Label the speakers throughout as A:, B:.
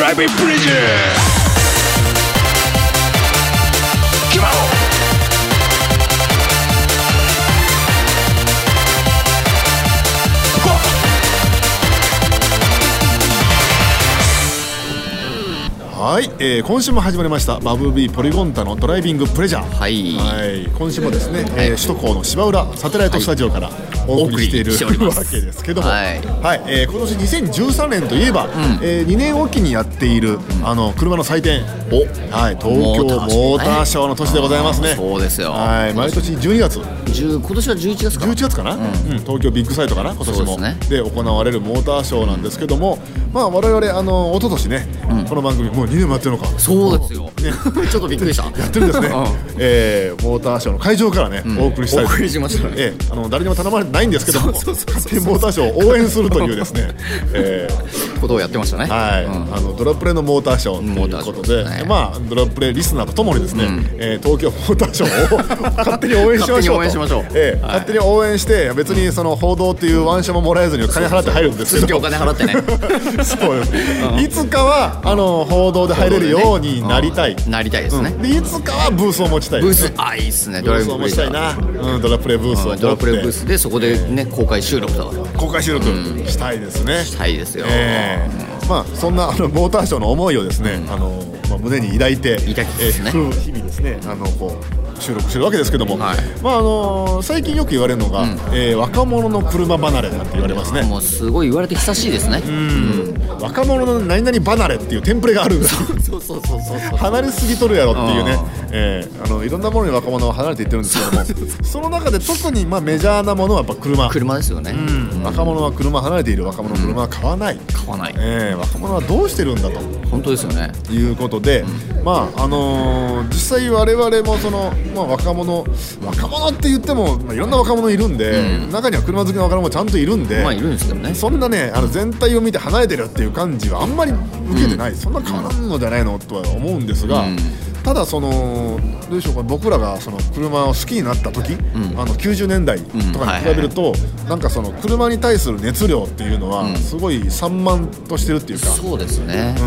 A: Happy Bridges!
B: はい、えー今週も始まりましたバブビーポリゴンタのドライビングプレジャー
C: はい
B: はい今週もですね、えー首都高の芝浦サテライトスタジオからお送りしている、
C: お送りしております
B: わけですけども、は
C: はいい
B: えー今年2013年といえば、え2年おきにやっている、あの車の祭典
C: お
B: はい、東京モーターショーの年でございますね。
C: そうですよ
B: はい、毎年12月、11
C: 10今年は11月か
B: 月かな、うん東京ビッグサイトかな、今年も
C: そう
B: で,、
C: で
B: 行われるモーターショーなんですけども、まあ我々あの一昨年ね、この番組もう2年もやってるのか。
C: そうですよ、
B: ね
C: ちょっとびっくりした
B: やってるんですね、
C: うん
B: えーモーターショーの会場からね、お送りしたいと
C: お送りしましたね
B: ええあの誰にも頼まれてないんですけども
C: そうそうそうそう
B: 勝手にモーターショーを応援するというです ね、えー
C: ことをやってましたね
B: はい、あのドラプレのモーターショーということで、
C: モーターショーですね
B: まあドラプレリスナーとともにですね、えー東京モーターショーを 勝手に応援しましょうと
C: 勝手に応援しましょう
B: ええ
C: はい
B: 勝手に応援して別にその報道っていうワンションももらえずに金払って入るんですけ
C: 続き
B: ど
C: お金払って ね
B: そうですいつかはあの報道で入れるようになりたい、
C: なりたいですね、
B: うんでいつかはブースを持ちたい
C: ブースあいいっすね
B: ブ
C: ドラ
B: ー
C: イ
B: ス
C: ブ
B: を
C: ブ
B: 持
C: ー
B: ち
C: ス
B: たいな、うん、ドラプレブースを持って
C: ドラプレブースでそこでね公開収録とか
B: 公開収録したいですね、
C: したいですよ、
B: ええまあそんなあのモーターショーの思いをですね、あのまあ胸に抱いて、
C: きですね
B: ええ日々ですね、あのこう収録してるわけですけども、
C: はい
B: まああの最近よく言われるのが、ええ若者の車離れなんて言われますね。
C: もうすごい言われて久しいですね
B: 若者の何々離れっていうテンプレがある。
C: そうそうそうそう
B: 離れすぎとるやろっていうね
C: あ、
B: ええあのいろんなものに若者は離れていってるんですけども、その中で特にまあメジャーなものはやっぱ車。
C: 車ですよね、
B: うん若者は車離れている若者は車は買わない、
C: 買わない
B: ええ若者はどうしてるんだと
C: 本当ですよね
B: いうことで、まああのー実際我々もその、まあ、若者若者って言っても、まあ、いろんな若者いるんで、中には車好きの若者もちゃんといるんで、
C: まあいるんですけどね
B: そんなねあの全体を見て離れてるっていう感じはあんまり受けてない、そんな変わらんのじゃないのとは思うんですが。
C: うん
B: ただそのどうでしょうか僕らがその車を好きになった時、あの90年代とかに比べると、なんかその車に対する熱量っていうのはすごい散漫としてるっていうか、
C: そうですね、
B: う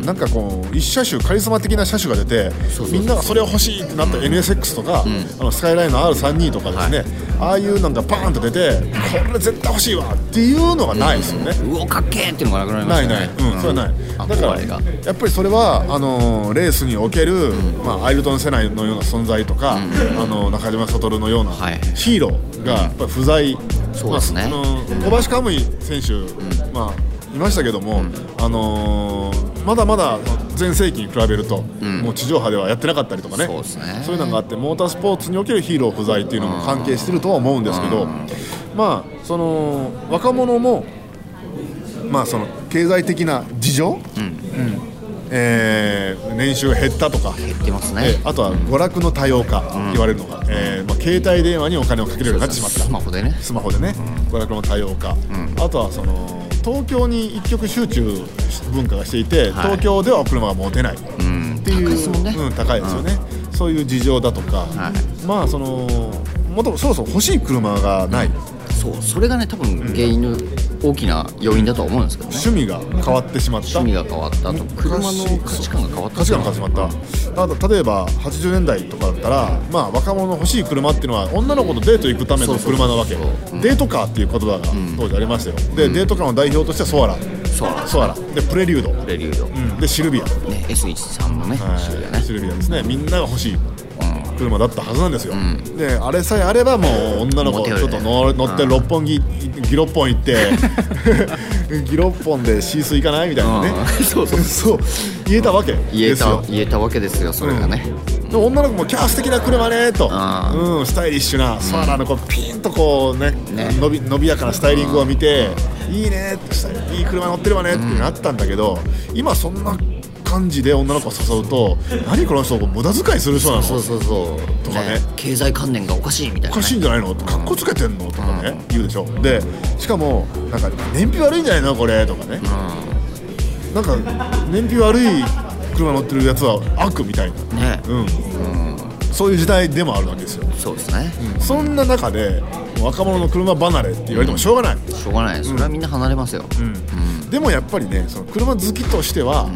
B: んなんかこう一車種カリスマ的な車種が出て
C: そうそう
B: みんながそれを欲しいってなった NSX とか、あのスカイラインの R32 とかですね、ああいうなんかバーンと出てこれ絶対欲しいわっていうのがないですよね。
C: うおかっけーっていうのがなくなりま
B: な
C: し
B: い
C: た
B: ない、
C: ね
B: うんそれはない、だか
C: 憧
B: ら
C: れが
B: やっぱりそれはあのーレースにおける、まあ、アイルトン・セナのような存在とか、あの中島悟のような
C: はい
B: ヒーローがやっぱり不在、
C: そうですね
B: まああのー小林カムイ選手、まあ、いましたけども、あのーまだまだ全盛期に比べると、もう地上波ではやってなかったりとかね
C: そうですね
B: そういうのがあってモータースポーツにおけるヒーロー不在っていうのも関係してるとは思うんですけど、まあその若者もまあその経済的な事情、うんえー年収減ったとか、
C: 減ってますね、
B: えーあとは娯楽の多様化言われるのが、えーまあ、携帯電話にお金をかけるようになってしまった
C: スマホでね
B: スマホでね、娯楽の多様化、あとはその東京に一極集中文化がしていて、
C: はい
B: 東京では車が持てないっていう、
C: 高いですもんね
B: うん、高いですよね、そういう事情だとか、
C: い
B: まあそのもともとそろそろ欲しい車がない、
C: そうそれがね多分原因の大きな要因だとは思うんですけどね
B: 趣味が変わってしまった
C: 趣味が変わったあと車の価値観が変わった
B: 価値観が変わってしまったただ例えば80年代とかだったら、まあ、若者の欲しい車っていうのは女の子とデート行くための車なわけ
C: そうそうそう
B: デートカーっていう言葉が当時ありましたよ、でデートカーの代表としてはソアラ
C: ソアラ
B: ソアラでプレリュード、
C: レリュード、
B: うんでシルビア、
C: ね S13 のね種類がね
B: シルビアですねみんなが欲しい車だったはずなんですよ、であれさえあればもう女の子
C: モテ
B: ち
C: るね
B: ょっと乗乗って六本木ギロッポン行 ってギロッポンでシース行かないみたいなね
C: うんそうそう
B: そう言えたわけ
C: 言
B: で
C: え
B: すよ
C: た言えたわけですよそれがね、
B: でも女の子も「キャー素敵な車ね」と、
C: あ
B: うん、スタイリッシュなソアラのこうピンとこうね
C: ね
B: 伸び伸びやかなスタイリングを見て「いいね」っていい車乗ってるわね」ってなったんだけど、今そんな感じで女の子を誘うと「何この人無駄遣いする人なの?」
C: そうそうそう
B: とかね
C: 経済観念がおかしいみたい
B: お
C: な、ね、
B: かしいんじゃないのかっこつけてんのとかね、言うでしょでしかもなんか燃費悪いんじゃないのこれとかね、なんか燃費悪い車乗ってるやつは悪みたいな
C: ね
B: うんそういう時代でもあるわけですよ
C: そうですね、
B: そんな中で若者の車離れって言われてもしょうがない、
C: しょうがないそれはみんな離れますよ、
B: でもやっぱりねその車好きとしては、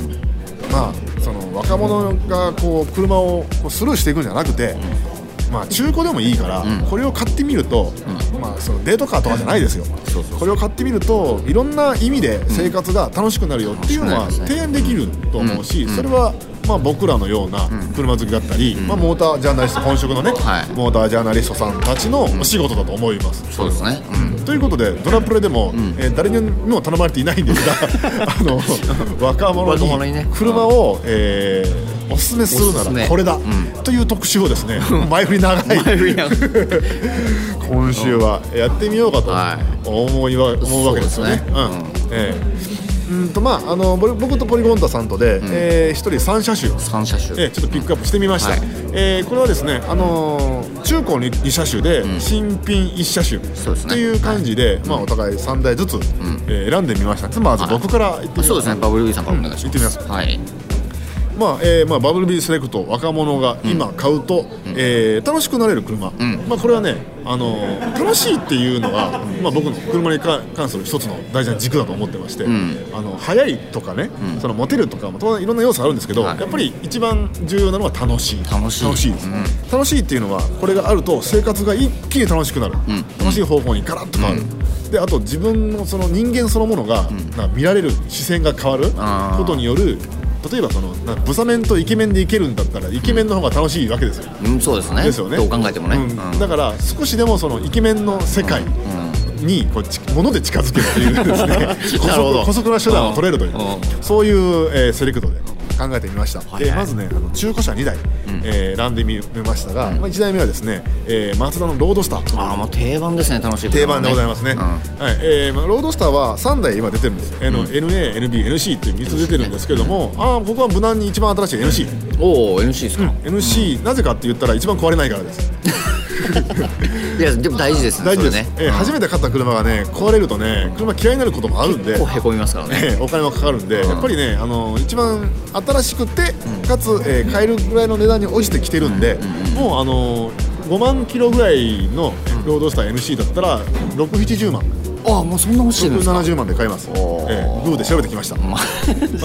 B: まあその若者がこう車をこうスルーしていくんじゃなくて、まあ中古でもいいから、これを買ってみると、まあそのデートカーとかじゃないですよ、
C: そうそう
B: これを買ってみるといろんな意味で生活が楽しくなるよっていうのは
C: 楽しくなりますね
B: 提案できると思うし、それはまあ僕らのような車好きだったり、まあモータージャーナリスト本職のね、
C: はい
B: モータージャーナリストさんたちのお仕事だと思います。
C: そうですね、うん、
B: ということでドラプレでも、えー誰にも頼まれていないんですが あの若者
C: 若者に
B: に
C: ね
B: 車を、えーおすすめする
C: おす
B: な
C: すめ
B: らこれだ、という特集をです ね前振り長い
C: 前振り長い
B: 今週はやってみようかと
C: は
B: 思いわ思うわけですよね。
C: そううんで
B: ええうんとまあ、あのぼ僕とポリゴンタさんとで、えー一人三車種を
C: 三車種、
B: えーちょっとピックアップしてみました、
C: はい
B: えーこれはですね、あのー中古に2車種で、新品1車種
C: そうですね
B: っていう感じで、まあ、お互い3台ずつ、えー選んでみましたつまりまず
C: はい
B: 僕から言ってみま
C: そうですねバブル B さんからお願いします,、
B: うん行ってみ
C: はい
B: まあえーまあ、バブルビーセレクト若者が今買うと、えー楽しくなれる車、まあ、これはね、あのー楽しいっていうのが、まあ、僕の車にか関する一つの大事な軸だと思ってまして、あの速いとかね、そのモテるとかも当然いろんな要素あるんですけど、
C: はい
B: やっぱり一番重要なのは楽しい
C: 楽しい
B: です、楽しいっていうのはこれがあると生活が一気に楽しくなる、楽しい方向にガラッと変わる。であと自分のその人間そのものが、なんか見られる視線が変わる
C: あー
B: ことによる例えばそのなブサメンとイケメンでいけるんだったらイケメンの方が楽しいわけですよ,、
C: うん、そうですね
B: ですよね
C: どう考えてもね、
B: うん
C: うん
B: だから少しでもそのイケメンの世界にこうち物で近づけるっていうです ね姑
C: なるほど
B: 息姑息な手段を取れるという
C: う
B: そういう、えーセレクトで考えてみました、
C: はい
B: でまずねあの中古車2台、えー選んでみましたが、まあ、1台目はですね、えーマツダのロードスター
C: ああもう定番ですね楽しいこと
B: 定
C: は
B: 番でございますね、
C: うん
B: はいえーまあ、ロードスターは3台今出てるんです、あの NA、NB、NC って3つ出てるんですけども、ああここは無難に一番新しい NC、
C: おお NC ですか、
B: NC、なぜかって言ったら一番壊れないからです
C: いやでも大事ですね
B: 大事です、
C: そ
B: えー
C: れね、
B: 初めて買った車がね壊れるとね車嫌いになることもあるんで
C: うん、こうへこみますからね
B: えーお金もかかるんで、やっぱりね、あのー一番新しくて、かつ、えー買えるぐらいの値段に応じてきてるんで、もう、あのー5万キロぐらいのロードスター NC だったら6、70万。
C: ああもうそんな欲しいんですか
B: 170万で買います、え
C: お
B: ー、
C: ー
B: グーで調べてきました、ま
C: ま
B: あ、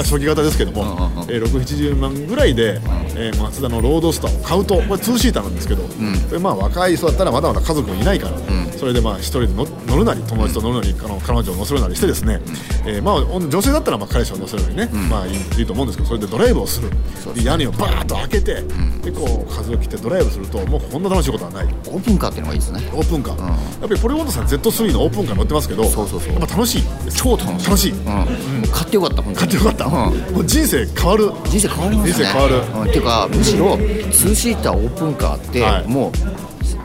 B: 初期型ですけども、
C: うんうんうん
B: えー、670万ぐらいで、えー、マツダのロードスターを買うとこれツーシーターなんですけど、これまあ、若い人だったらまだまだ家族もいないから、それでまあ一人で乗乗るなり友達と乗るなり、あの彼女を乗せるなりしてですね、えーまあ、女性だったらまあ彼氏を乗せるなりね、まあ、いいいいと思うんですけどそれでドライブをするで屋根をバーッと開けて、でこう風を切ってドライブするともうこんな楽しいことはない。
C: オープンカーっていうのがいいですね
B: オープンカー、やっぱりポリゴンドさん Z3 のオープンカー乗ってますけど
C: そうそうそう
B: やっぱ楽しい
C: 超楽しい
B: 楽しい
C: うん、もう買ってよかった本当
B: 買っ
C: に
B: てよかった、
C: うん
B: もう人生変わる
C: 人生変わりますね
B: 人生変わる
C: うん、っていうかむしろツーシーターオープンカーって、
B: はい
C: もう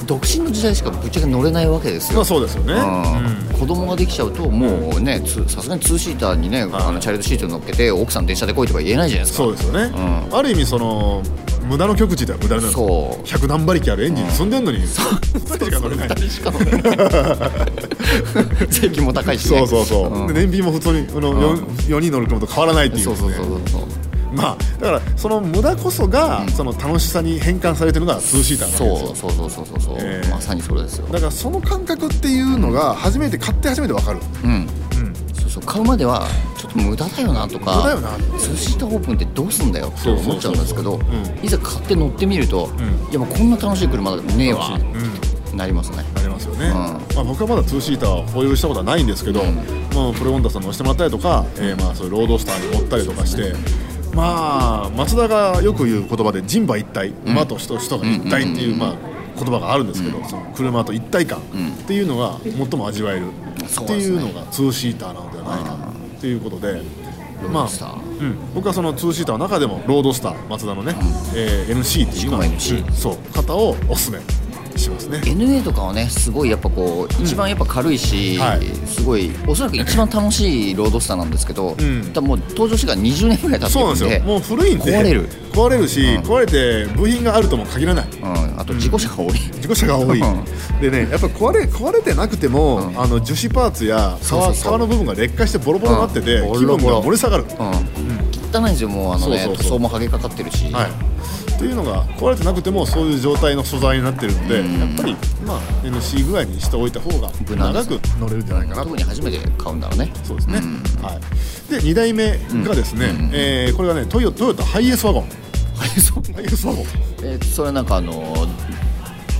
C: 独身の時代しかぶっちゃけ乗れないわけです
B: まあ
C: よ
B: そうですよね、
C: うん、子供ができちゃうともうねつさすがにツーシーターにね、あのチャイルドシートに乗っけて奥さん電車で来いとか言えないじゃないですか
B: そうですよね、ある意味その無駄の極地では無駄な
C: そう
B: 100何馬力あるエンジン積んでんのに、2人しか乗れない
C: しか もね 税金も高いし、ね、
B: そうそうそう、
C: ん
B: で燃費も普通にあの、4人乗る車と変わらないっていう,、
C: そうそうそうそう
B: まあだからその無駄こそが、その楽しさに変換されてるのがツーシーターなわけですよ
C: そうそうそうそうそうそう、
B: えー
C: まさにそれですよ
B: だからその感覚っていうのが初めて買って初めて分かる、
C: うん、そうそう買うまではちょっと無駄だよなとか
B: 無駄よな
C: 寿司とオープンってどうすんだよって思っちゃうんですけど
B: そうそうそうそう
C: いざ買って乗ってみると、いやもうこんな楽しい車だねえわってなりますね
B: なりますよね、まあ、僕はまだツーシーターを保有したことはないんですけど、まあ、プレオンダさんに押してもらったりとか、えーまあそういうロードスターに乗ったりとかして、まあ松田がよく言う言葉で「人馬一体」馬と人人が一体っていう、まあ、言葉があるんですけど、その車と一体感っていうのが最も味わえるっていうのがツーシーターなのではないかということで。ま
C: ロードスター
B: あうん、僕はそのツーシーターの中でもロードスター松田のね、えー NC っていうのは
C: しかも NC
B: そう型をおすすめしますね。
C: NA とかはねすごいやっぱこう一番やっぱ軽いし、
B: はい
C: すごいおそらく一番楽しいロードスターなんですけど、
B: ん
C: 多分もう登場してから20年ぐらい経って
B: そうな
C: る
B: んです
C: んで
B: よもう古いんで
C: 壊れる
B: 壊れるし、壊れて部品があるとも限らない
C: うん、あと事故車が多い、
B: 事故車が多い
C: うん
B: でねやっぱ壊れ壊れてなくても、あの樹脂パーツや
C: そうそう
B: 革
C: そう
B: 革の部分が劣化してボロボロになってて、
C: うん
B: 気分
C: ボロ
B: が漏
C: ボロ
B: れ下がる、
C: うん汚いんですよもうあのね
B: そうそうそう
C: 塗装も剥げかかってるし、
B: はいっていうのが壊れてなくてもそういう状態の素材になってるので、やっぱり、まあ、NC 具合にしておいた方が
C: 無難で
B: 長
C: す
B: く乗れるんじゃないかなと
C: 特に初めて買うんだろうね
B: そうですね、はい、で2代目がですね、えーこれがねトヨトヨタハイエースワゴン
C: はいそう
B: ハイエースワゴン
C: えそれはなんかあの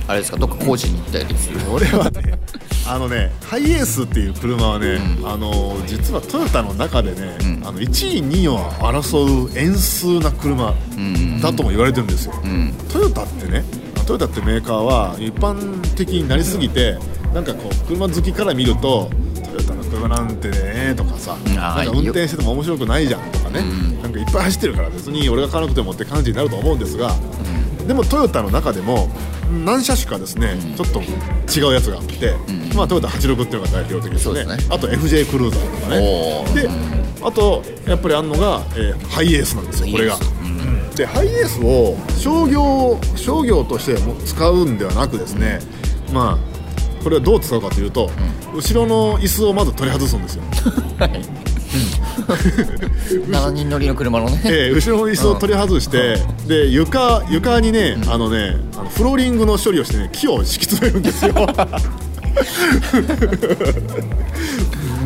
C: あれですかどっか工事に行ったりする
B: 俺はねあのねハイエースっていう車はね、あの実はトヨタの中でね、あの1位2位を争う円数な車だとも言われてるんですよ、トヨタってねトヨタってメーカーは一般的になりすぎてなんかこう車好きから見るとトヨタの車なんてねとかさ
C: ん
B: なん
C: あー
B: か運転してても面白くないじゃんとかね、なんかいっぱい走ってるから別に俺が買わなくてもって感じになると思うんですが、でもトヨタの中でも何車種かですね、ちょっと違うやつがあって、まあ、トヨタ86っていうのが代表的ですよね
C: そうですね
B: あと FJ クルーザーとか
C: おー
B: ねであとやっぱりあんのが、えーハイエースなんですよこれが
C: ハイエ。
B: でハイエースを商業商業としても使うんではなくですね、まあこれはどう使うかというと、後ろの椅子をまず取り外すんですよ。
C: 7人乗りの車のね
B: えー後ろの椅子を取り外して、で床床にね、あのねあのフローリングの処理をしてね木を敷き詰めるんですよ。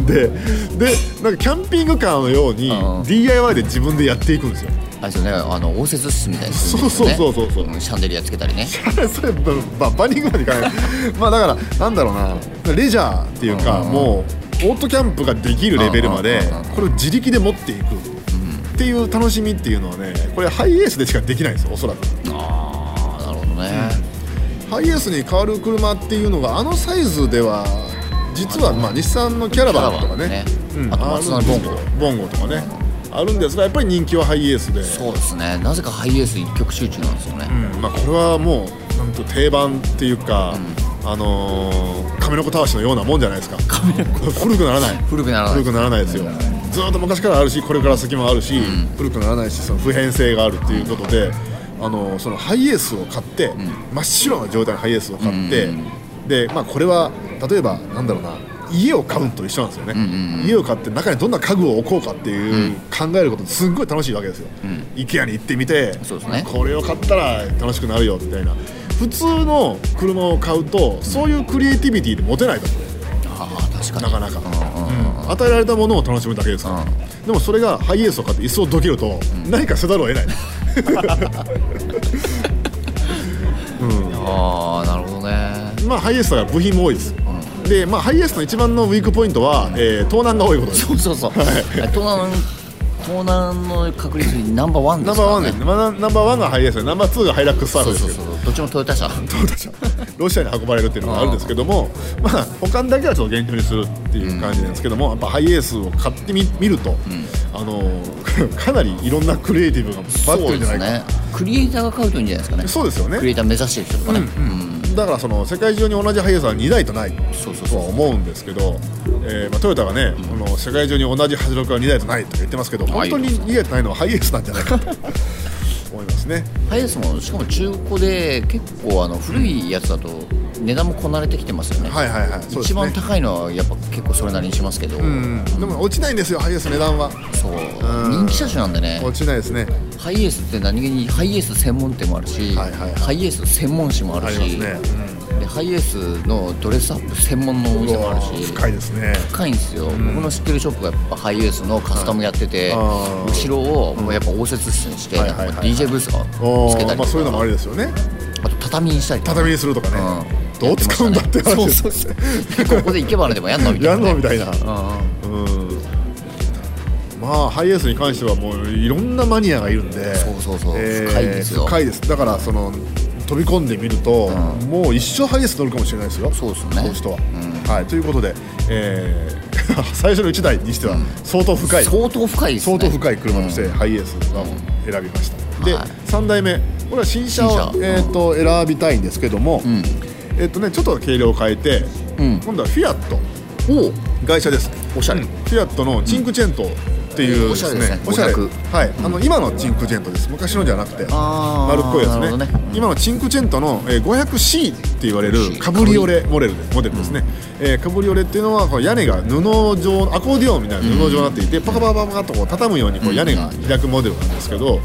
B: ででなんかキャンピングカーのように
C: うん
B: DIY で自分でやっていくんですよ。
C: あれですよねあの応接室みたいにするんですよね
B: そうそうそうそうそうん
C: シャンデリアつけたりね
B: そればばバンニングまでいかないまあだからなんだろうなレジャーっていうか、もうオートキャンプができるレベルまで、
C: うんうんうんうん
B: これを自力で持っていくっていう楽しみっていうのはねこれハイエースでしかできないんですよおそらく。
C: ああなるほどね、
B: ハイエースに変わる車っていうのがあのサイズでは実はまあ日産のキャラバンとかね
C: キャラバンね
B: うん
C: あと松田のボンゴ
B: あるんですけどボンゴとかねあるんですがやっぱり人気はハイエースで、
C: そうですねなぜかハイエース一極集中なんですよね、
B: うんまあ、これはもうなんと定番っていうか、あのー、亀の子たわしのようなもんじゃないですか古くならない
C: 古くならない
B: 古くならないですよずーっと昔からあるしこれから先もあるし、古くならないしその普遍性があるっていうことで、あのーそのハイエースを買って、真っ白な状態のハイエースを買って、でまあこれは例えばなんだろうな家を買うのと一緒なんですよね、家を買って中にどんな家具を置こうかっていう、考えることすっごい楽しいわけですよ、IKEA に行ってみて
C: そうですね
B: これを買ったら楽しくなるよみたいな普通の車を買うとそういうクリエイティビティで持てないと思う
C: ああ確かに
B: なかなか、
C: うんうん
B: うん与えられたものを楽しむだけですから、でもそれがハイエースを買って椅子をどけると、何かせざるを得ない
C: ああなるほどね
B: まあハイエースは部品も多いです、でまあハイエースの一番のウィークポイントは、えー盗難が多いことです
C: そうそうそう、盗難盗難の確率ナンバーワンで
B: ナン
C: すか
B: バー
C: ら
B: ワン
C: ね
B: です、まあナンナンバーワンがハイエースでナンバーツーがハイラックスサーフ
C: そ
B: で
C: う
B: すけ
C: そ
B: ど
C: うそうどっちもトヨタ車
B: ロシアに運ばれるっていうのがあるんですけども、まあ、保管だけはちょっと厳重にするっていう感じなんですけども、やっぱハイエースを買ってみ見ると、あの かなりいろんなクリエイティブが待ってるんじゃないか
C: ねクリエイターが買うといいんじゃないですかね
B: そうですよね
C: クリエイター目指してる人とかね、
B: だからその世界中に同じハイエースは2台とない
C: そうそう
B: と
C: そう
B: は思うんですけど、えーまあ、トヨタがね、この世界中に同じ86は2台とないとか言ってますけど
C: は
B: 本
C: い
B: 当に2台とないのはハイエースなんじゃないか と思いますね。
C: ハイエースもしかも中古で結構あの古いやつだと値段もこなれてきてますよね、
B: はいはいはい、そうですね
C: 一番高いのはやっぱ結構それなりにしますけど、
B: うん、でも落ちないんですよハイエースの値段は
C: そう、人気車種なんでね
B: 落ちないですね
C: ハイエースって何気にハイエース専門店もあるし、
B: はいはいはい
C: ハイエース専門誌もある
B: あり
C: し
B: ますね
C: でハイエースのドレスアップ専門のお店もあるし
B: 深いですね
C: 深いんですよ、僕の知ってるショップがやっぱハイエースのカスタムやって
B: は
C: て、
B: いあー
C: 後ろをもうやっぱ応接室にして、
B: はいはいはい
C: なんか DJ ブースを
B: お
C: つけ
B: ー
C: たりとか、
B: まあ、そういうのもありですよね
C: あと畳にし たりとか
B: 畳にするとかね、
C: うん
B: どう使うんだって話ですよね
C: ここで生け花でもやんのみた
B: や
C: い
B: ん
C: な、ね、
B: のみたいな、うんまあハイエースに関してはもういろんなマニアがいるんで
C: そうそうそう深いですよ
B: 深いですだからその飛び込んでみると、もう一生ハイエース乗るかもしれないですよ
C: そうですね
B: この人は、はい、ということで、えー 最初の1台にしては相当深い、
C: 相当深いですね
B: 相当深い車としてハイエースが選びました、で、
C: はい
B: 3代目これは新車を
C: 新車
B: えー、と選びたいんですけども、えっ、とねちょっと軽量を変えて、
C: ん
B: 今度はフィアット
C: おう
B: 会社です
C: おしゃれ
B: うんフィアットのチンクチェントっていう、
C: うんおしゃれですね
B: おしゃれ
C: 500
B: はい、あの今のチンクチェントです昔のじゃなくて
C: あー
B: 丸っこいやつ
C: なる
B: ね
C: ほどね
B: 今のチンクチェントのえー 500C って言われるカブリオレモデルでモデルですね、えーカブリオレっていうのはこう屋根が布状アコーディオンみたいな布状になっていて、パカパカパカとこう畳むようにこう屋根が開くモデルなんですけど、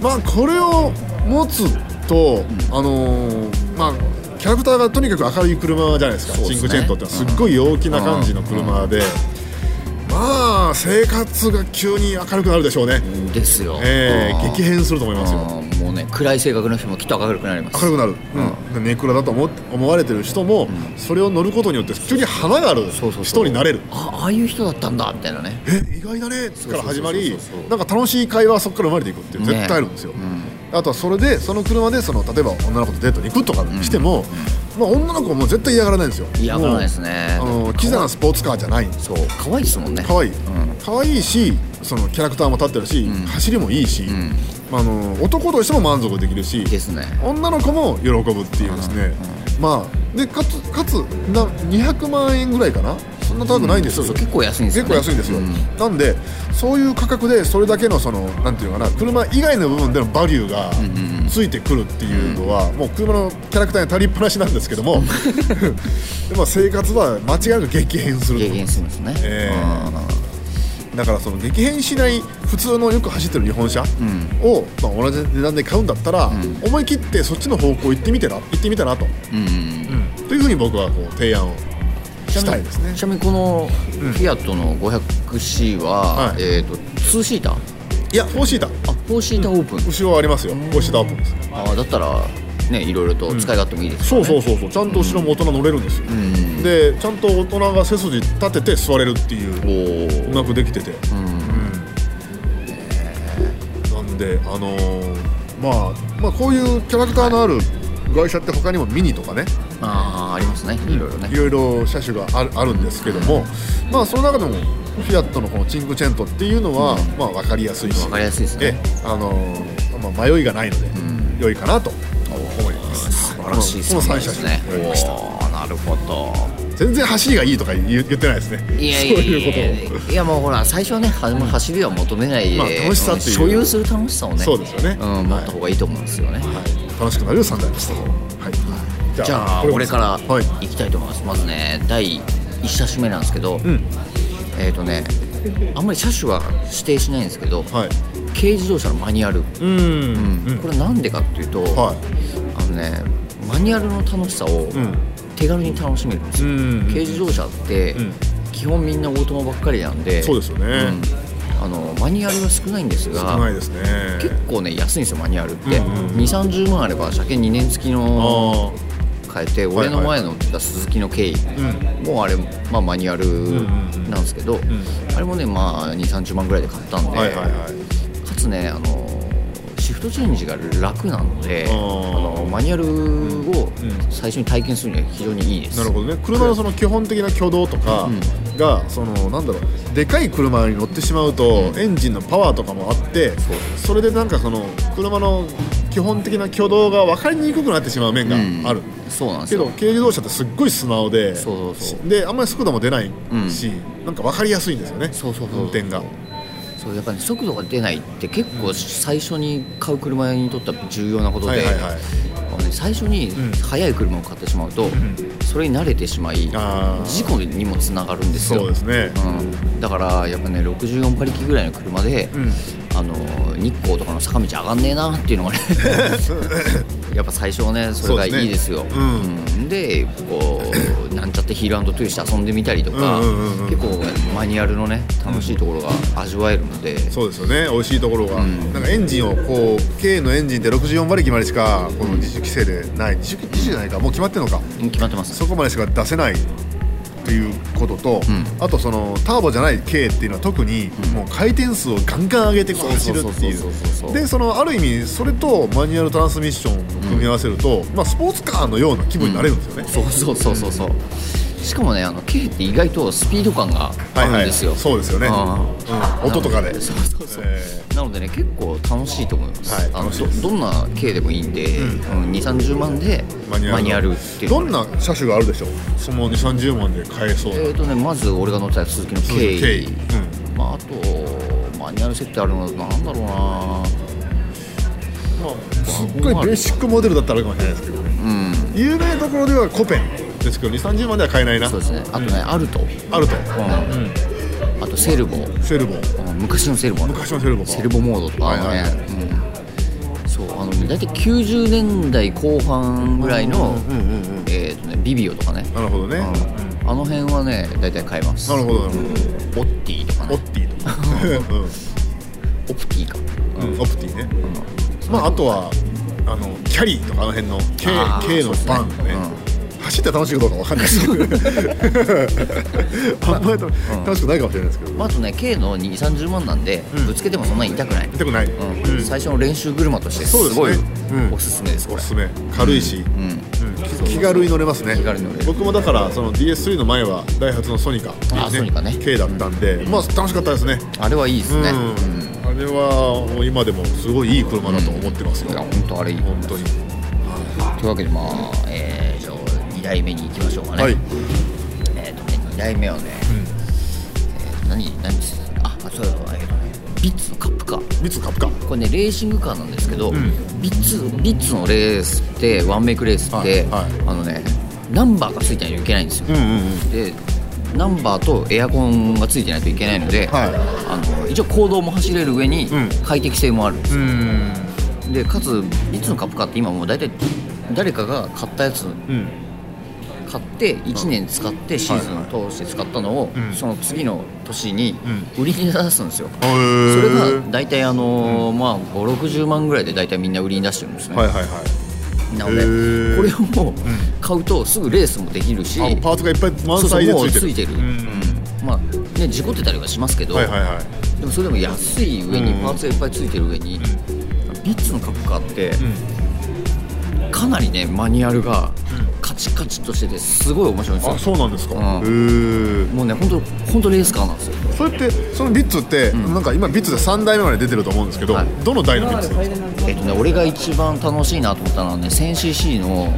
B: まあこれを持つと、あのーまあキャラクターがとにかく明るい車じゃないですか
C: そうですね
B: チンクチェントってのはすっごい陽気な感じの車で、まあ生活が急に明るくなるでしょうね、
C: ですよ、
B: え
C: あ
B: ー、
C: ー
B: 激変すると思いますよ
C: あーもうね暗い性格の人もきっと明るくなりま
B: 明
C: す
B: るくなる、うん、ネクラだと思って思われてる人も、それを乗ることによって急に花がある
C: そうそうそう
B: 人になれる
C: あああいう人だったんだみたいなね
B: え意外だねから始まり
C: そうそうそうそう
B: なんか楽しい会話はそこから生まれていくっていう
C: ね
B: 絶対あるんですよ、あとはそれでその車でその例えば女の子とデートに行くとかしても、まあ、女の子も絶対嫌がらないんですよ
C: 嫌がらないですね
B: もうあのキザなスポーツカーじゃないんです
C: そう可愛いですもんね
B: 可愛い可愛いしそのキャラクターも立ってるし、走りもいいし、まあ、あの男としても満足できるし
C: ですね
B: 女の子も喜ぶっていうですね、まあでかつかつな200万円ぐらいかなそんな高くないんですよ、
C: そうそう結構安いんですよね
B: 結構安いんですよ、なんでそういう価格でそれだけのそのなんていうのかな車以外の部分でのバリューがついてくるっていうのは、もう車のキャラクターに足りっぱなしなんですけ どもでまあ生活は間違いなく激変すると
C: 軽減するんですね、
B: えーだからその激変しない普通のよく走ってる日本車を、まあ、同じ値段で買うんだったら、思い切ってそっちの方向行ってみてな行ってみたらと、
C: うんうん
B: というふうに僕はこう提案をしたいですね
C: ちなみにこのフィアットの 500C は、
B: はい
C: えっ、と2シーター
B: いや4シーター
C: あ4シーターオープン、
B: 後ろはありますよ4シーターオープンです
C: ああだったらねいろいろと使い勝手もいいですか
B: そ
C: ら
B: う
C: ね
B: そうそうそうちゃんと後ろも大人乗れるんですよ、でちゃんと大人が背筋立てて座れるっていうう
C: おー
B: まくできてて、うんなんであのーまあ、まあこういうキャラクターのある外車って他にもミニとかね
C: ああありますねいろいろね
B: いろいろ車種があるあるんですけども、まあその中でもフィアットのこのチンクチェントっていうのは、まあ分かりやすいし
C: わかりやすいですね
B: ええあのーまあ、迷いがないので、良いかなと思います
C: 素晴らしいですね
B: この3車種
C: ね
B: 選びました
C: おーなるほど
B: 全然走りがいいとか言う言ってないですね
C: いやい
B: そう
C: や
B: い
C: いうや
B: こ
C: いやいやもうほら最初はねは走りは求めないで、
B: まあ楽しさっていう
C: 所有する楽しさをね
B: そうですよね
C: うん、持った方がいいと思うんですよね、
B: とを、はい、楽しくなる3台でしたはい
C: じゃあこれから
B: はい
C: 行きたいと思います、まずね第1車種目なんですけど、
B: ん
C: えっ、とねあんまり車種は指定しないんですけど、
B: はい
C: 軽自動車のマニュアル、
B: うんうん
C: これなんでかっていうと、
B: はい
C: あのねマニュアルの楽しさを
B: ん
C: 手軽に楽しめるんですよ、
B: うん
C: 軽自動車って、
B: ん
C: 基本みんなオートマばっかりなんで
B: そうですよね
C: うんあのマニュアルは少ないんです
B: 少な
C: が
B: いですね
C: 結構ね安いんですよマニュアルって、
B: うんうんうん
C: 2 3 0万あれば車検2年付きの
B: あ
C: 変えて
B: はい
C: 俺の前の鈴木の経緯、もうあれ、まあ、マニュアルなんですけど、あれもね、まあ、2 3 0万ぐらいで買ったん
B: あ
C: で、
B: はいはいはい
C: かつねあのシフトチェンジが楽なのであ
B: あー
C: のマニュアルを最初に体験するには非常にいいです。
B: なるほどね車のその基本的な挙動とかが、そのなんだろうでかい車に乗ってしまうと、エンジンのパワーとかもあって
C: そう
B: それでなんかその車の基本的な挙動が分かりにくくなってしまう面がある、
C: そうなんです
B: けど
C: よ
B: 軽自動車ってすっごい素直で
C: そうそうそ
B: であんまり速度も出ないし、なんか分かりやすいんですよね
C: そうそうそう
B: 運転が
C: そうやっぱり速度が出ないって結構最初に買う車にとっては重要なことで、
B: はいはいはい
C: あのね最初に速い車を買ってしまうと、それに慣れてしまい
B: あー
C: 事故にもつながるんですよ
B: そうですね、
C: うん、だからやっぱね64馬力ぐらいの車で、あの日光とかの坂道上がんねえなっていう のがねやっぱ最初はねそれがいいですよ
B: そうですねうん
C: うんでこうなんちゃってヒールトゥーして遊んでみたりとか、
B: うんうんうんうん
C: 結構マニュアルのね楽しいところが味わえるので、
B: そうですよね美味しいところが、なんかエンジンをこう K のエンジンって64馬力までしかこの自主規制でない自主自主じゃないかもう決まってるのか
C: 決まってます
B: そこまでしか出せないっていうことと、あとそのターボじゃない K っていうのは特にもう回転数をガンガン上げてこう走るってい
C: そうそうそうそうそう
B: うでそのある意味それとマニュアルトランスミッションを組み合わせると、まあ、スポーツカーのような気分になれるんですよね、
C: そうそうそうそうそうしかもねあの K って意外とスピード感があるんですよ、
B: そうですよね、
C: あ
B: うん、音とかで
C: そうそうそう、
B: え
C: なのでね結構楽しいと思います、
B: はい
C: あの
B: 楽しい
C: ど
B: です
C: どんな系でもいいんで、うん2 3 0万でマ
B: マニ
C: ニ
B: ュアル
C: ュアルっていう
B: ど
C: の
B: んな車種があるでしょうその2 3 0万で買えそうな、
C: えーとね、まず俺が乗ってた鈴木の経
B: 鈴
C: 緯
B: 木の
C: まあ、あとマニュアル設定あるのなんだろうな
B: まあ、すっごいベーシックモデルだったらあるかもしれないですけど、有名どころではコペンですけど2 3 0万では買えないな
C: そうですねあとね、アルト、
B: あると
C: あとセルボ、
B: セルボ
C: うん昔のセルボ
B: 昔のセルボか
C: セルボモードとかあのね、
B: はいは
C: うんそうあのね大体90年代後半ぐらい
B: う
C: の、
B: んうんうんうん
C: えーとね、ビビオとかね、
B: なるほどね、
C: うんあの辺はね大体買います
B: なるほどなるほ
C: オッティとか
B: どオ
C: ね
B: ッティとか、
C: オプティか
B: うんうん、オプティね、まああとはあのキャリーとかあの辺の K,
C: あー
B: K のバンとね走って楽しいかどうかわかんないですけどあんまりと楽しくないかもしれないですけど、
C: まずね K の2 3 0万なんで、
B: うん
C: ぶつけてもそんなに痛くない、
B: 痛くない、
C: うん最初の練習車としてす
B: そうですね
C: ごい
B: うん
C: おすすめです、こ
B: お
C: れ
B: すすめ軽いし、
C: うん
B: うん気軽に乗れますね
C: 気軽に乗れる
B: 僕もだからその DS3 の前はダイハツのソニカっていう
C: あソニカね
B: K だったんで、まあ楽しかったですね
C: あれはいいです
B: うん、
C: ね、うん
B: あれはもう今でもすごいいい車だと思ってますよ、
C: いや本当あれいい
B: 本当に
C: というわけでまあ、えー、じゃあ2代目に行きましょうかね、
B: はい
C: えっ、とね2代目はね、えー何何してたあそうだえっ、とねビッツのカップカー
B: 三つカップか
C: これねレーシングカーなんですけど、
B: ん
C: ビッツビッツのレースってワンメイクレースって、
B: はいはい
C: あのねナンバーがついてないといけないんですよ、
B: うんうんうん
C: でナンバーとエアコンがついてないといけないので、
B: はい
C: あの一応行動も走れる上に
B: ん
C: 快適性もあるんです、
B: うん
C: でかついつの株価って今もう大体誰かが買ったやつ
B: うん
C: 買って1年使ってシーズンを通して使ったのを、
B: うん
C: その次の年に売りに出すんですよ、
B: へ
C: そ
B: ー
C: れが大体あのー、まあ560万ぐらいで大体みんな売りに出してるんですね、
B: はいはいはい
C: なので
B: へー
C: これをもう買うとすぐレースもできるし、
B: あパーツがいっぱい満
C: そうそう
B: 載でつ
C: も
B: い
C: う
B: てる
C: ついてる、
B: うん
C: まあね事故ってたりはしますけど、
B: はいはいはい
C: でもそれでも安い上に
B: うん
C: パーツがいっぱいついてる上に、ビッツのカップカーって、かなりねマニュアルがカチカチっとしててすごい面白いんですよ
B: あそうなんですか、
C: う
B: へえ
C: もうね本当本当レースカーなんですよ
B: それってそのビッツって、なんか今ビッツで3代目まで出てると思うんですけど、
C: はい
B: どの代のビッツですか
C: えっとね俺が一番楽しいなと思ったのはね 1000cc の、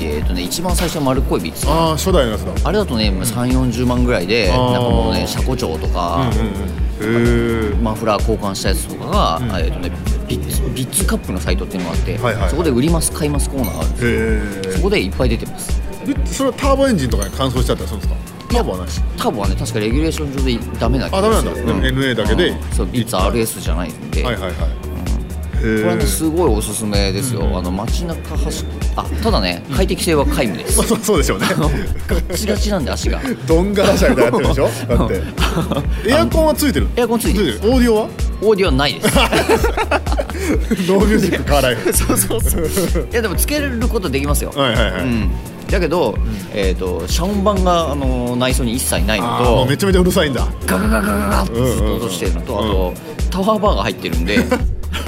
C: えっとね一番最初の丸っこいビッツ
B: ああ初代のやつだ
C: あれだとね3 4 0万ぐらいで
B: あー
C: なんかもうね車庫長とか、
B: うんうんへえ
C: マフラー交換したやつとかが、えっとね、ビッツビッツカップのサイトっていうのがあって、
B: はいはいはい
C: そこで売ります買いますコーナーがあるんですよ
B: へ
C: そこでいっぱい出てます
B: えでそれはターボエンジンとかに乾燥しちゃったりするんですかターボはない
C: ターボはね確かレギュレーション上でダメな気が
B: あダメなんだ
C: する
B: でも NA だけで
C: うんそういつ RS じゃないんで、
B: はいはいはい、へえ
C: これはねすごいおすすめですよ、あの街中走っあただね快適性は皆無です、
B: まあそうそうでしょうね
C: ガッチガチなんで足が
B: どんがらしゃみたいになって るでしょだってエアコンはついてる
C: エアコンついてる
B: るオーディ オは
C: オーディオはないです
B: ノーミュージックカーライフ
C: そうそうそういやでもつけることできますよ、
B: はいはいはい、
C: うんだけど、えっ、と遮音板があの内装に一切ないの
B: ああもう
C: と
B: めちゃめちゃうるさいんだ
C: ガガガガガガってずっと音してるのと、
B: うんうんうん
C: あとタワーバーが入ってるんで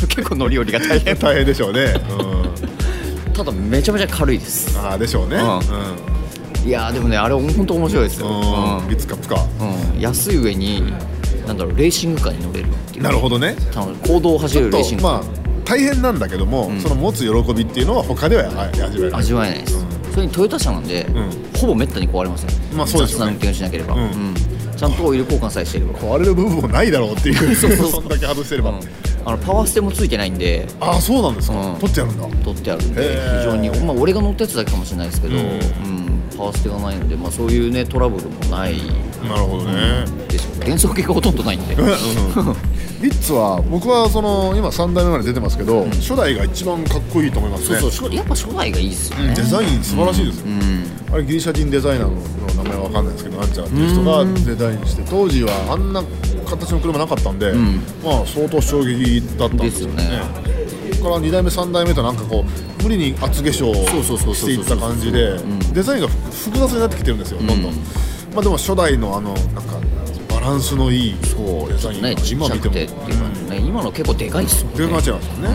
C: 結構乗り降りが大変
B: 大変でしょうね、うん、
C: ただめちゃめちゃ軽いです
B: ああでしょうね
C: う
B: うんん、
C: いやーでもねあれ本当面白いですよ、
B: うんいつかプか
C: うんうん安い上になんだろうレーシングカーに乗れるっていう
B: なるほどね
C: 多分行動を走れるレーシン
B: と
C: グカー
B: まあ大変なんだけども、その持つ喜びっていうのは他でははい味わえない
C: 味わえないです、それにトヨタ車なんで、
B: ん
C: ほぼめったに壊れません、
B: まあそうですよね
C: 雑な運転をしなければ、
B: うん
C: うんちゃんとオイル交換さえしていれば、
B: 壊れる部分もないだろうっていう
C: そうそう
B: そんだけ外してれば、
C: うんあのパワーステもついてないんで
B: ああそうなんですか、
C: うん
B: 取ってやるんだ
C: 取ってあるんで
B: へー
C: 非常に、まあ、俺が乗ったやつだけかもしれないですけど、うん
B: ん
C: パワーステがないので、まあ、そういうねトラブルもない
B: なるほどね、
C: ですよ減速系がほとんどないん で、
B: ビッツは僕はその今3代目まで出てますけど、初代が一番かっこいいと思います
C: そう
B: ね
C: そう初やっぱ初代がいいですよね、
B: デザイン素晴らしいですよ、あれギリシャ人デザイナーの名前は分かんないですけどなんちゃらっていう人がデザインして当時はあんな形の車なかったんで、まあ相当衝撃だったんですよねそこから2代目3代目となんかこう無理に厚化粧をしていった感じでデザインが複複雑になってきてるんですよどんどん、まあでも初代のあのなんかバランスのいいデザインが
C: ね、ちっ
B: 今
C: ちゃ
B: 見て
C: く
B: も
C: てっていう感じね、今の結構でかいっすもんね
B: 出まっちゃいますよね、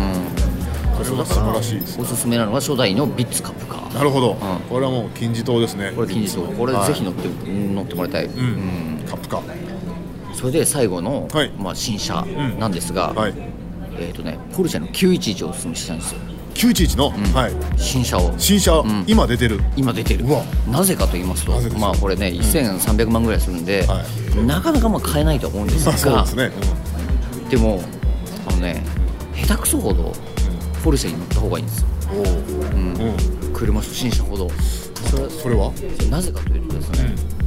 B: それは素晴らしいです
C: おすすめなのは初代のビッツカップカー
B: なるほど、これはもう金字塔ですね
C: これ金字塔これぜひ乗って,、乗ってもらいたい、
B: うん、カップか
C: それで最後の、
B: はい
C: まあ、新車なんですが、
B: はい
C: えっ、とねポルシェの911をおすすめしたいんですよ
B: 911の、はい
C: 新車を
B: 新車、今出てる
C: 今出てる
B: うわ
C: なぜかと言いますと
B: なぜでしょう
C: まあこれね1300万ぐらいするんで、
B: は
C: なかなかまあ買えないと思うんです
B: まあそう
C: が
B: ですね、
C: でもあのね下手くそほどポルシェに乗った方がいいんですよ
B: うん、おお、うん
C: 車初心者ほどそれ
B: それは
C: なぜかというとですね、えー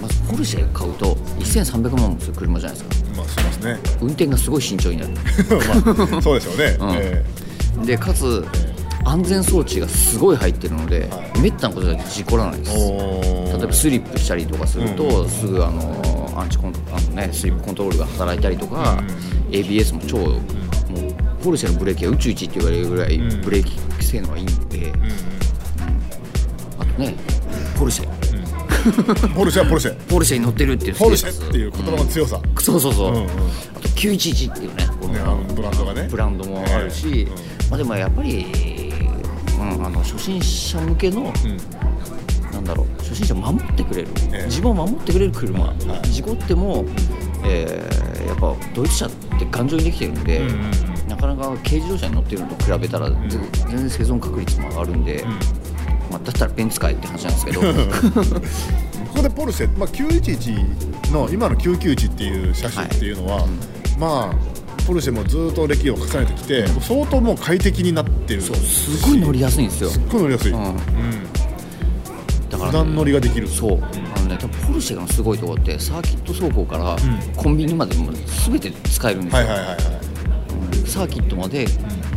C: まずポルシェ買うと1300万もする車じゃないですか
B: まあしますね
C: 運転がすごい慎重になる
B: まあそうでしょうね、
C: ん
B: え
C: でかつ安全装置がすごい入ってるので、
B: は
C: めったなことだけ事故らないで
B: え
C: す
B: お
C: 例えばスリップしたりとかすると、すぐあのアンチコンあの、ね、スリップコントロールが働いたりとか、ABS も超、もうポルシェのブレーキは宇宙一って言われるぐらい
B: うん
C: ブレーキ性能がいいんで、あとねポルシェ
B: うん、ポルシェはポルシェ
C: ポルシェに乗ってるっていう
B: ポルシ
C: ステー
B: ェ
C: タス
B: っていう言葉の強さ、
C: そうそうそう、
B: うんうん
C: あと911っていうねこの
B: ねあのブランドがね
C: ブランドもあるし、
B: ええ
C: まあ、でもやっぱり、うん、あの初心者向けの、
B: うん
C: なんだろう初心者を守ってくれる、
B: ええ
C: 自分を守ってくれる車、事故っても、えーやっぱドイツ車って頑丈にできてるんで、
B: うんうんう
C: なかなか軽自動車に乗ってるのと比べたら、ぜ全然生存確率も上がるんで、まあ、だったらベンツ買えって話なんです けど
B: ここでポルシェ、まあ、911の今の991っていう車種っていうのは、まあポルシェもずっと歴を重ねてきて相当もう快適になってるす
C: すごい乗りやすいんですよ
B: っごい乗りやすい、
C: んだから
B: 普段乗りができる
C: そう、あのね、多分ポルシェがすごいところってサーキット走行からコンビニまでもう全て使えるんですよ、
B: はいはいはいはい
C: サーキットまで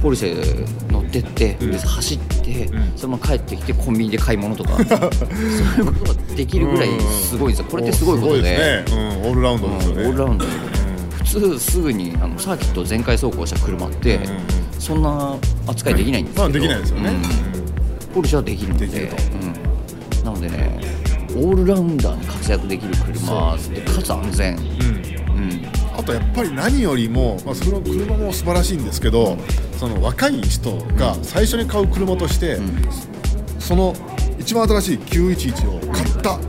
C: ポルシェ乗ってって、で走って、そのまま帰ってきてコンビニで買い物 とかそういうことができるぐらいすごいんですよこれってすごいこ
B: おすごい
C: とで
B: ですね、うん、オールラウンド
C: うん
B: ですよね、
C: オールラウンドで普通すぐにあのサーキットを全開走行した車って、
B: ん
C: そんな扱いできないんですけ
B: ま
C: ど、
B: あできないですよね、
C: うんポルシェはできるので
B: できると
C: うん、なのでねオールラウンダーに活躍できる車でかつ安全、
B: うんうん
C: うん、
B: あとやっぱり何よりも、まあ、その車も素晴らしいんですけどその若い人が最初に買う車として、その一番新しい911を買ったっ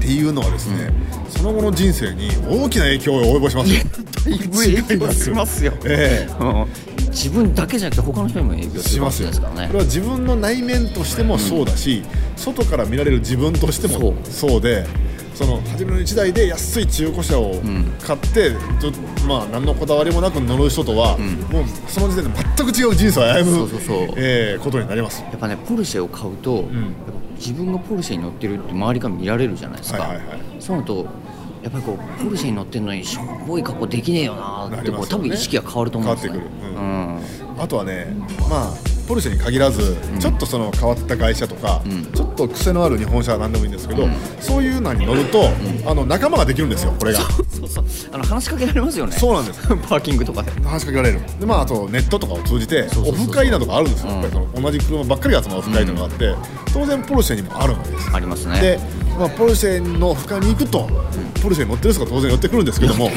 B: ていうのはですね、その後の人生に大きな影響を及ぼしますよ。
C: だいぶ影響しますよ、
B: ええ
C: うん自分だけじゃなくて他の人にも影響す
B: し
C: る
B: ま
C: わ
B: す
C: け
B: よ
C: ですからね
B: これは自分の内面としてもそうだし、外から見られる自分としてもそうでその初めの1台で安い中古車を買って、ちょまあ何のこだわりもなく乗る人とは、もうその時点で全く違う人生を歩む
C: そうそうそう
B: えーことになります。
C: やっぱねポルシェを買うと、やっぱ自分がポルシェに乗ってるって周りから見られるじゃないですか、
B: はいはいはい
C: そうなるとやっぱりこうポルシェに乗ってるのにしょぼい格好できねえよなーっ
B: なり
C: てこう、
B: ますよね
C: 多分意識が変わると思うんですよね
B: 変わってくるう
C: うん
B: あとはね、まあ、ポルシェに限らず、ちょっとその変わった会社とか、ちょっと癖のある日本車は何でもいいんですけど、そういうのに乗ると、あの仲間ができるんですよ、これが。
C: そうそうあの話しかけられますよね
B: そうなんです
C: パーキングとかで
B: 話しかけられるでまああとネットとかを通じて
C: そうそう
B: オ
C: そう
B: フ会などがあるんですよ、やっぱりその同じ車ばっかりが集まるオフ会とかがあって、当然ポルシェにもあるわけです
C: ありますね
B: で、まあ、ポルシェのオフ会に行くと、ポルシェに乗ってる人が当然寄ってくるんですけ ども、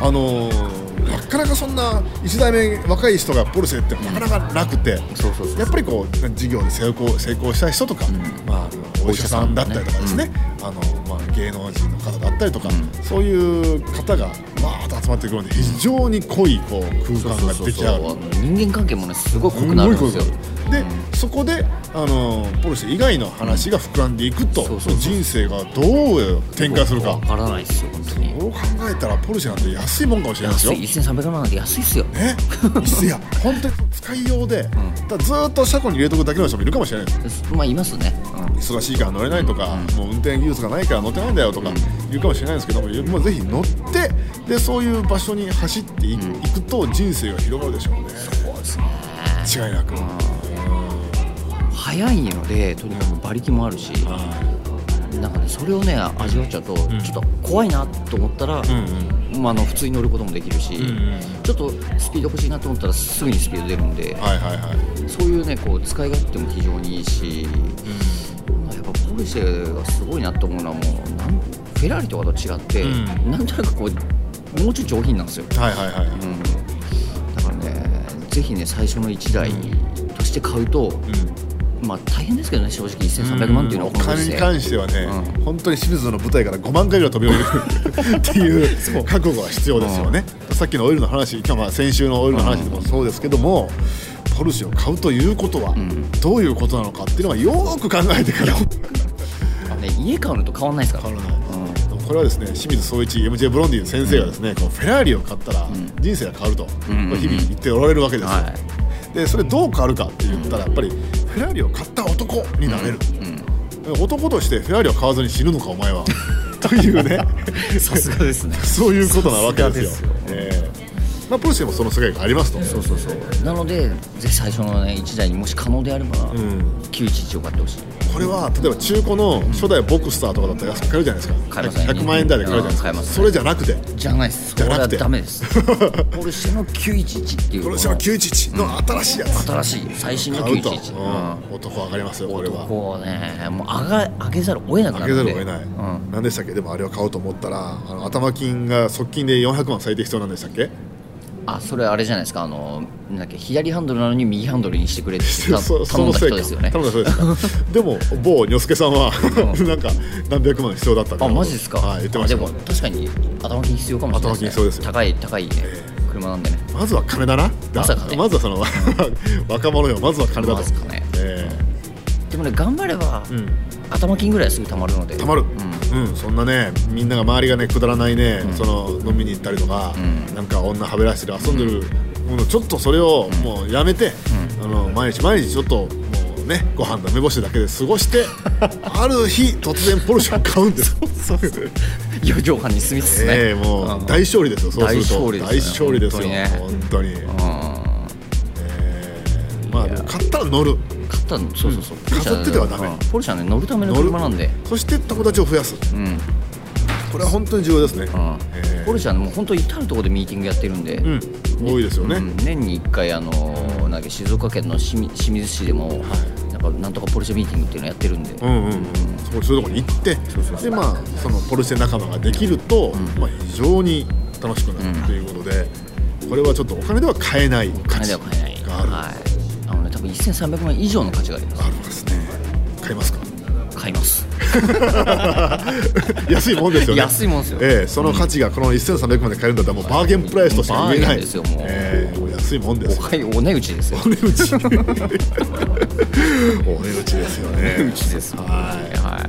B: あのーなかなかそんな1代目若い人がポルシェってなかなかなくて、
C: そうそうそう
B: やっぱりこう事業で成功成功した人とか、まあ、お医者さんだったりとかですね、あのまあ、芸能人の方だったりとか、そういう方がわーっと集まってくるので非常に濃いこう空間が出来上がる。
C: あの人間関係もねすごい濃くなるんですよ
B: すごいことでそこであのポルシェ以外の話が膨らんでいくと、
C: そうそうそう
B: 人生がどう展開するか
C: わからないですよ本当に
B: そう考えたらポルシェなんて安いもんかもしれないです
C: 安
B: よ
C: い1300万なんて安いっすよ
B: ね、いや本当に使いようで、ただずーっと車庫に入れとくだけの人もいるかもしれないです
C: まあいますね、
B: 忙しいから乗れないとか、もう運転技術がないから乗ってないんだよとか言うかもしれないですけども、もうぜひ乗ってでそういう場所に走ってい,、くと人生が広がるでしょうね違いなく、
C: 早いのでとにかく馬力もあるし、なんかねそれをね味わっちゃうと、ちょっと怖いなと思ったら、まあ、あの普通に乗ることもできるし、ちょっとスピード欲しいなと思ったらすぐにスピード出るんで、
B: はいはいはい
C: そういうねこう使い勝手も非常にいいし、まあやっぱポルシェがすごいなと思うのはもうなんフェラーリとかと違って、
B: う
C: なんとなくこうもうちょい上品なんですよ、
B: はいはいはい、
C: うん、だからねぜひね最初の1台として買うと、まあ大変ですけどね正直1300万っていうの
B: お
C: はこの
B: 金
C: 時
B: に
C: 世
B: 関してはね、本当に清水の舞台から5万回ぐらい飛び降り るっていう覚悟が必要ですよね、さっきのオイルの話、今まあ先週のオイルの話でもそうですけども、ポルシェを買うということは、どういうことなのかっていうのは、よーく考えてから、
C: あのね家買うのと変わんないですから
B: 変わらないでもこれはですね清水総一 MJ ブロンディ先生がですね、こうフェラーリを買ったら人生が変わると、
C: ん
B: これ日々言っておられるわけですよ、
C: は
B: でそれどう変わるかって言ったらやっぱりフェラーリを買った男になれる、男としてフェアリーは買わずに死ぬのかお前 はというね
C: さすがで すね
B: そういうことなわけですよ
C: さすが
B: ええまあ、ポルシェもその世界がありますと
C: そうそうそうなのでぜひ最初のね1台にもし可能であれば、
B: ん
C: 911を買ってほしい
B: これは例えば中古の初代ボクスターとかだったら安く買えるじゃないですか
C: 買えますね
B: 100万円台で買えるじゃないですか
C: うん買えますね
B: それじゃなくて
C: じゃないですそれ
B: じゃな
C: は
B: くて
C: ダメですポルシェの911ってい
B: プ
C: うこ
B: ロ
C: の
B: レスの911の新しいやつ
C: 新しい最新の
B: 買うと、
C: 911、
B: うん男上がりますよこれ
C: 男
B: は
C: はねもう上が上げざるを得なく
B: 上
C: な
B: げ
C: るん
B: ざ
C: で
B: るを得ない、
C: うん
B: 何でしたっけでもあれを買おうと思ったらあの頭金が側金で400万最低必要なんでしたっけ
C: あそれあれじゃないですかあのなんだっけ左ハンドルなのに右ハンドルにしてくれってた
B: そ
C: 頼んだ
B: せい
C: 人ですよね
B: 頼んだそう ですかでも某にょすけさんはなんか何百万必要だったって
C: あマジですか、
B: はい言ってました
C: あでも確かに頭金必要かもしれない
B: 頭金必要ですよ
C: 高い高いね、車なんでね
B: まずは金だな
C: まさかね
B: まずはその 若者よまずは金だと
C: まずかね
B: え
C: でもね頑張れば、
B: えうん
C: 頭金ぐらいはすぐ貯まるので
B: たまる、
C: う
B: うんそんなねみんなが周りがねくだらないね、その飲みに行ったりとか、
C: う
B: なんか女はべらしてる遊んでるものちょっとそれをもうやめて、あの毎日毎日ちょっともうねご飯だ梅干しだけで過ごして ある日突然ポルシェを買うんですそうそう
C: 余剰飯に住みつつね、
B: ええもう
C: う
B: ん大勝利ですよそうすると
C: 大勝利ですよ
B: 大勝利で
C: ね
B: すよ本当にええまあでも買ったら乗る
C: うん買ったのそうそうそう、
B: うん
C: ポルシェ
B: 飾っててはダメ
C: うんポルシェはね乗るための車なんで
B: そして友達を増やす
C: うん、うん
B: これは本当に重要ですね、え
C: ポルシェはねもう本当至るところでミーティングやってるんで、
B: うん多いですよね、
C: うん年に1回あのーなんだっけ静岡県の清水清水市でも、なんかなんとかポルシェミーティングっていうのやってるんで、
B: うんうんうん、そうそういうとこに行ってでまあそのポルシェ仲間ができると、まあ、非常に楽しくなるということで、これはちょっとお金では買えない価
C: 金で
B: 値
C: は買えない
B: がある
C: はいあのね多分1300万円以上の価値がありま
B: あるんですね買いますか
C: す買います
B: 安いもんですよね
C: 安いもんですよ
B: ええその価値がこの1300まで買えるんだったらもうバーゲンプライスとしか言えない
C: バーゲンですよもう
B: ええもう安いもんです
C: お買いお値打ちですよ
B: お値打ちお値打ちですよね
C: です
B: はい
C: いはい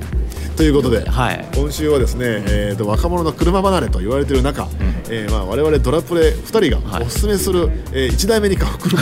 B: ということで、
C: はい
B: 今週はですね、えー、と若者の車離れと言われている中、えーまあ、我々ドラプレ2人
C: は
B: が
C: い
B: おすすめする、えー、1台目に買う 車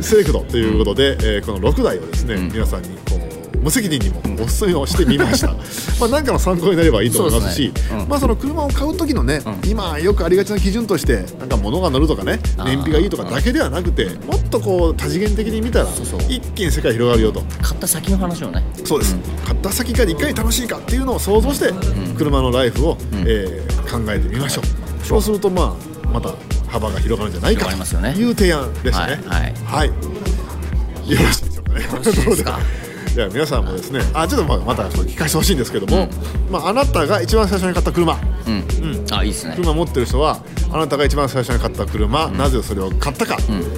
B: セレクトということで、えーこの6台をですね、皆さんにこう無責任にもおすすめをしてみました まあ何かの参考になればいいと思いますし
C: そうですねうん
B: まあ、その車を買う時のね、今よくありがちな基準としてなんか物が乗るとかね
C: あー
B: 燃費がいいとかだけではなくてもっとこう多次元的に見たら
C: そうそう
B: 一気に世界広がるよと。
C: 買った先の話をね
B: そうです、買った先がいかに楽しいかっていうのを想像して車のライフを、えー考えてみましょうそうするとまあまた幅が広がるんじゃないか
C: 広がりますよね
B: という提案でしたね
C: はい
B: はい、よろしいでしょうかね
C: ろ しいですか
B: いや皆さんもですねあちょっとまあまたこれ聞かせてほしいんですけども、まあ、あなたが一番最初に買った車
C: うん、あいいですね
B: 車持ってる人はあなたが一番最初に買った車、なぜそれを買ったか、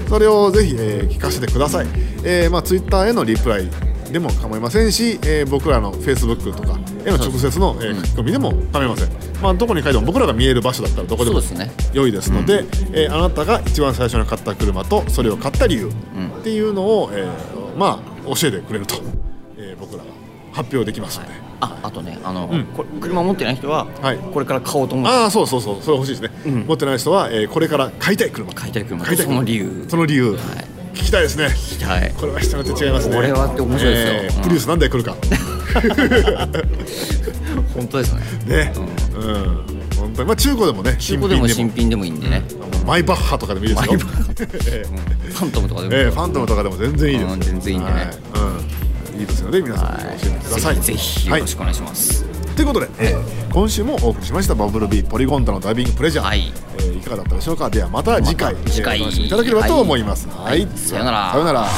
B: それをぜひ、えー聞かせてください、えーまあ、ツイッターへのリプライでも構いませんし、えー僕らのフェイスブックとかへの直接の、えー書き込みでも構いません、まあ、どこに書いても僕らが見える場所だったらどこで
C: そう
B: も
C: ですね
B: 良いですので、えーあなたが一番最初に買った車とそれを買った理由っていうのを、えーまあ、教えてくれると、えー僕らが発表できますので。
C: ああとねあの、これ車持ってない人は、
B: はい
C: これから買おうと思って
B: ああそうそうそうそれ欲しいですね、持ってない人は、えーこれから買いたい車
C: 買いたい車
B: 買いたい
C: その理由
B: その理由、聞きたいですね
C: はい
B: これは人によって違いますね
C: これはって面白いですようん
B: プリウス何台来る か
C: 本当ですね
B: ねうん、本当にまあ中古でもね
C: 中古でも新
B: 品
C: 品でもいいんでね
B: マイバッハとかでもいいですよ
C: マイバファントムとかでもいい
B: えーファントムとかでも全然いいですよ、
C: うん全然いいんでね
B: はいうん、いいですよね皆さん教えてくださ
C: はいい、ぜひよろしくお願いします。
B: ということで、えー今週もお送りしました「バブルビーポリゴンタのダイビングプレジャー」
C: はい
B: えーいかがだったでしょうかではまた次回,、
C: また次回
B: えーお楽しみいただければと思います、
C: はいさよなら
B: さよなら